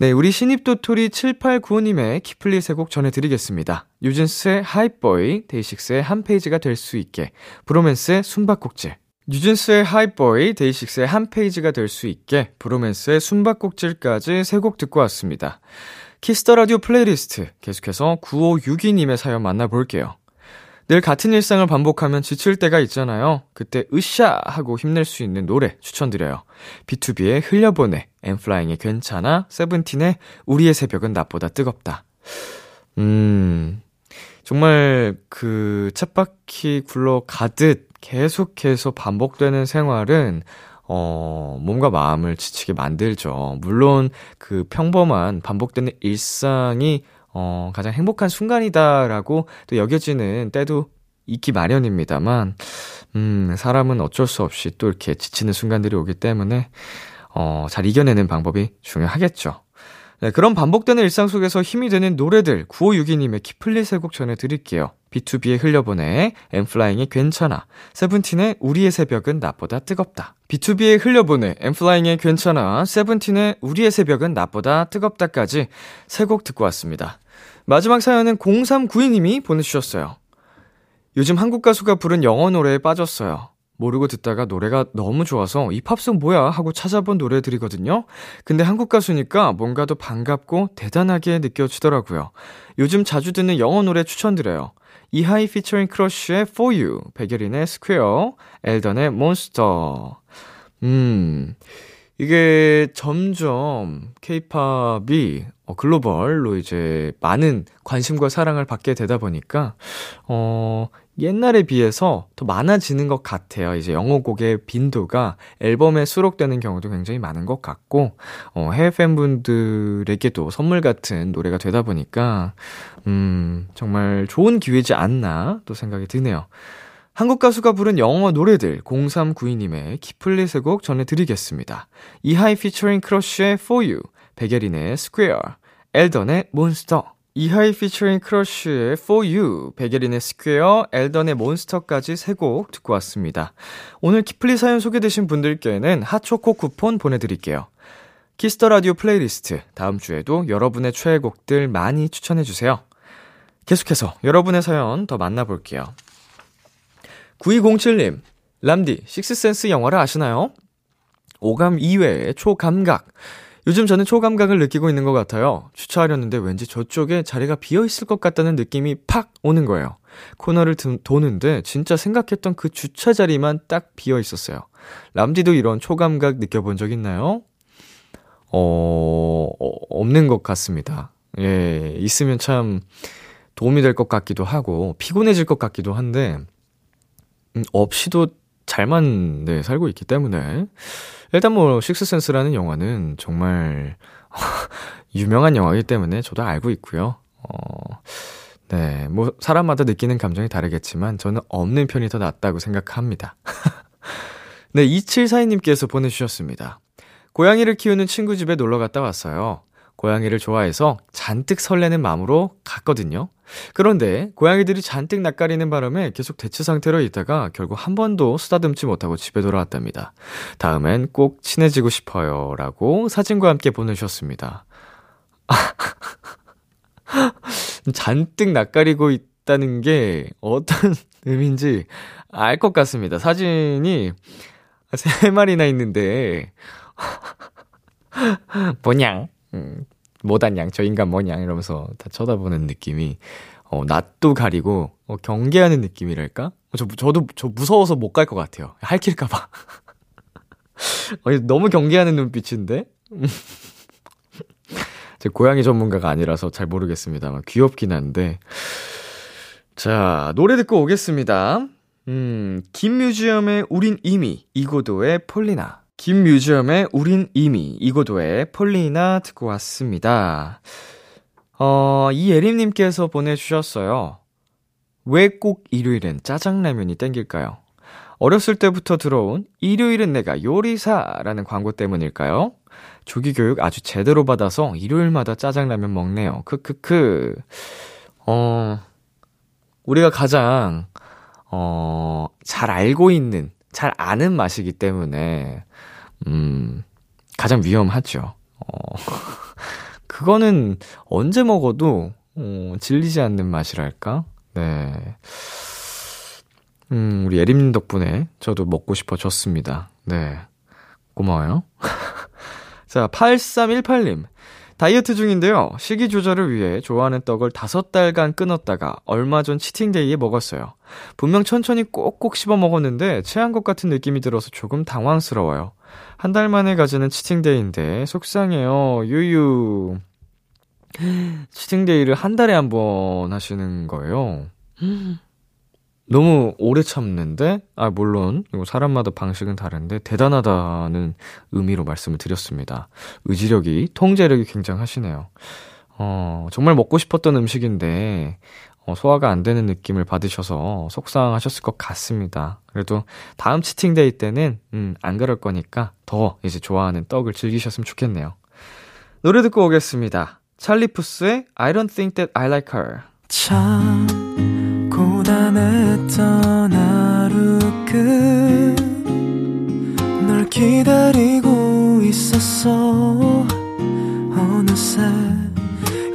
네, 우리 신입도토리 7895님의 키플리 세곡 전해드리겠습니다. 유진스의 하이보이, 데이식스의 한 페이지가 될 수 있게, 브로맨스의 숨바꼭질. 유진스의 하이보이, 데이식스의 한 페이지가 될 수 있게, 브로맨스의 숨바꼭질까지 세 곡 듣고 왔습니다. 키스터 라디오 플레이리스트, 계속해서 9562님의 사연 만나볼게요. 늘 같은 일상을 반복하면 지칠 때가 있잖아요. 그때 으쌰 하고 힘낼 수 있는 노래 추천드려요. B2B의 흘려보내, 엠플라잉의 괜찮아, 세븐틴의 우리의 새벽은 낮보다 뜨겁다. 음, 정말 그 쳇바퀴 굴러 가듯 계속해서 반복되는 생활은 어, 몸과 마음을 지치게 만들죠. 물론 그 평범한 반복되는 일상이 어, 가장 행복한 순간이다라고 또 여겨지는 때도 있기 마련입니다만, 음, 사람은 어쩔 수 없이 또 이렇게 지치는 순간들이 오기 때문에, 어, 잘 이겨내는 방법이 중요하겠죠. 네, 그런 반복되는 일상 속에서 힘이 되는 노래들, 9562님의 키플리 세곡 전해드릴게요. B2B의 흘려보내, 엠플라잉의 괜찮아, 세븐틴의 우리의 새벽은 나보다 뜨겁다. B2B의 흘려보내, 엠플라잉의 괜찮아, 세븐틴의 우리의 새벽은 나보다 뜨겁다까지 세 곡 듣고 왔습니다. 마지막 사연은 0392님이 보내주셨어요. 요즘 한국 가수가 부른 영어 노래에 빠졌어요. 모르고 듣다가 노래가 너무 좋아서 이 팝송 뭐야 하고 찾아본 노래들이거든요. 근데 한국 가수니까 뭔가 더 반갑고 대단하게 느껴지더라고요. 요즘 자주 듣는 영어 노래 추천드려요. 이하이 피처링 크러쉬의 For You, 백예린의 Square, 엘던의 Monster. 음, 이게 점점 케이팝이 어, 글로벌로 이제 많은 관심과 사랑을 받게 되다 보니까, 어, 옛날에 비해서 더 많아지는 것 같아요. 이제 영어곡의 빈도가 앨범에 수록되는 경우도 굉장히 많은 것 같고, 어, 해외 팬분들에게도 선물 같은 노래가 되다 보니까, 음, 정말 좋은 기회지 않나 또 생각이 드네요. 한국 가수가 부른 영어 노래들 0392님의 키플릿 세곡 전해드리겠습니다. 이하이 피처링 크러쉬의 For You, 백예린의 Square, 엘던의 Monster. 이하이 피처링 크러쉬의 For You, 백예린의 스퀘어, 엘던의 몬스터까지 세 곡 듣고 왔습니다. 오늘 키플리 사연 소개되신 분들께는 핫초코 쿠폰 보내드릴게요. 키스터 라디오 플레이리스트 다음 주에도 여러분의 최애곡들 많이 추천해 주세요. 계속해서 여러분의 사연 더 만나볼게요. 9207님, 람디, 식스센스 영화를 아시나요? 오감 이외의 초감각. 요즘 저는 초감각을 느끼고 있는 것 같아요. 주차하려는데 왠지 저쪽에 자리가 비어 있을 것 같다는 느낌이 팍 오는 거예요. 코너를 드, 도는데 진짜 생각했던 그 주차 자리만 딱 비어 있었어요. 람디도 이런 초감각 느껴본 적 있나요? 어, 어, 없는 것 같습니다. 예, 있으면 참 도움이 될 것 같기도 하고, 피곤해질 것 같기도 한데, 음, 없이도 잘만 네, 살고 있기 때문에 일단 뭐 식스센스라는 영화는 정말 유명한 영화이기 때문에 저도 알고 있고요. 어, 네, 뭐 사람마다 느끼는 감정이 다르겠지만 저는 없는 편이 더 낫다고 생각합니다. 네, 2742님께서 보내주셨습니다. 고양이를 키우는 친구 집에 놀러 갔다 왔어요. 고양이를 좋아해서 잔뜩 설레는 마음으로 갔거든요. 그런데 고양이들이 잔뜩 낯가리는 바람에 계속 대체 상태로 있다가 결국 한 번도 쓰다듬지 못하고 집에 돌아왔답니다. 다음엔 꼭 친해지고 싶어요. 라고 사진과 함께 보내주셨습니다. 잔뜩 낯가리고 있다는 게 어떤 의미인지 알 것 같습니다. 사진이 세 마리나 있는데, 뭐냥. 음, 뭐단 양, 저 인간 뭐냥 이러면서 다 쳐다보는 느낌이, 어, 낯도 가리고, 어, 경계하는 느낌이랄까? 어, 저, 저도, 저 무서워서 못 갈 것 같아요. 할킬까봐. 어, 너무 경계하는 눈빛인데? 제 고양이 전문가가 아니라서 잘 모르겠습니다만, 귀엽긴 한데. 자, 노래 듣고 오겠습니다. 음, 김뮤지엄의 우린 이미, 이고도의 폴리나. 김뮤지엄의 우린 이미 이고도의 폴리나 듣고 왔습니다. 어, 이예림님께서 보내주셨어요. 왜 꼭 일요일엔 짜장라면이 땡길까요? 어렸을 때부터 들어온 일요일은 내가 요리사라는 광고 때문일까요? 조기 교육 아주 제대로 받아서 일요일마다 짜장라면 먹네요. 크크크. 어, 우리가 가장, 어, 잘 알고 있는, 잘 아는 맛이기 때문에, 음, 가장 위험하죠. 어, 그거는 언제 먹어도, 어, 질리지 않는 맛이랄까? 네. 음, 우리 예림님 덕분에 저도 먹고 싶어졌습니다. 네. 고마워요. 자, 8318님. 다이어트 중인데요. 식이 조절을 위해 좋아하는 떡을 다섯 달간 끊었다가 얼마 전 치팅데이에 먹었어요. 분명 천천히 꼭꼭 씹어 먹었는데 체한 것 같은 느낌이 들어서 조금 당황스러워요. 한 달 만에 가지는 치팅데이인데 속상해요. 유유. 치팅데이를 한 달에 한 번 하시는 거예요. 너무 오래 참는데, 아, 물론, 이거 사람마다 방식은 다른데, 대단하다는 의미로 말씀을 드렸습니다. 의지력이, 통제력이 굉장하시네요. 어, 정말 먹고 싶었던 음식인데, 어, 소화가 안 되는 느낌을 받으셔서 속상하셨을 것 같습니다. 그래도 다음 치팅데이 때는, 음, 안 그럴 거니까 더 이제 좋아하는 떡을 즐기셨으면 좋겠네요. 노래 듣고 오겠습니다. 찰리푸스의 I don't think that I like her. 참. 고단했던 하루 끝널 기다리고 있었어 어느새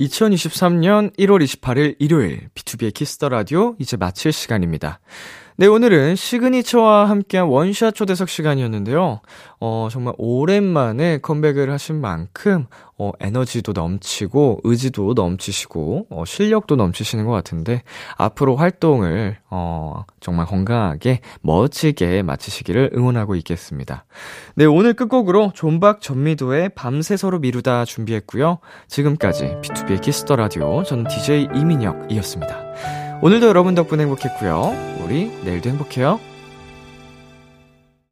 2023년 1월 28일 일요일 B2B의 키스터 라디오 이제 마칠 시간입니다. 네, 오늘은 시그니처와 함께한 원샷 초대석 시간이었는데요. 어, 정말 오랜만에 컴백을 하신 만큼 어, 에너지도 넘치고 의지도 넘치시고 어, 실력도 넘치시는 것 같은데 앞으로 활동을 어, 정말 건강하게 멋지게 마치시기를 응원하고 있겠습니다. 네, 오늘 끝곡으로 존박 전미도의 밤새 서로 미루다 준비했고요. 지금까지 B2B 키스터 라디오 저는 DJ 이민혁이었습니다. 오늘도 여러분 덕분에 행복했고요. 우리 내일도 행복해요.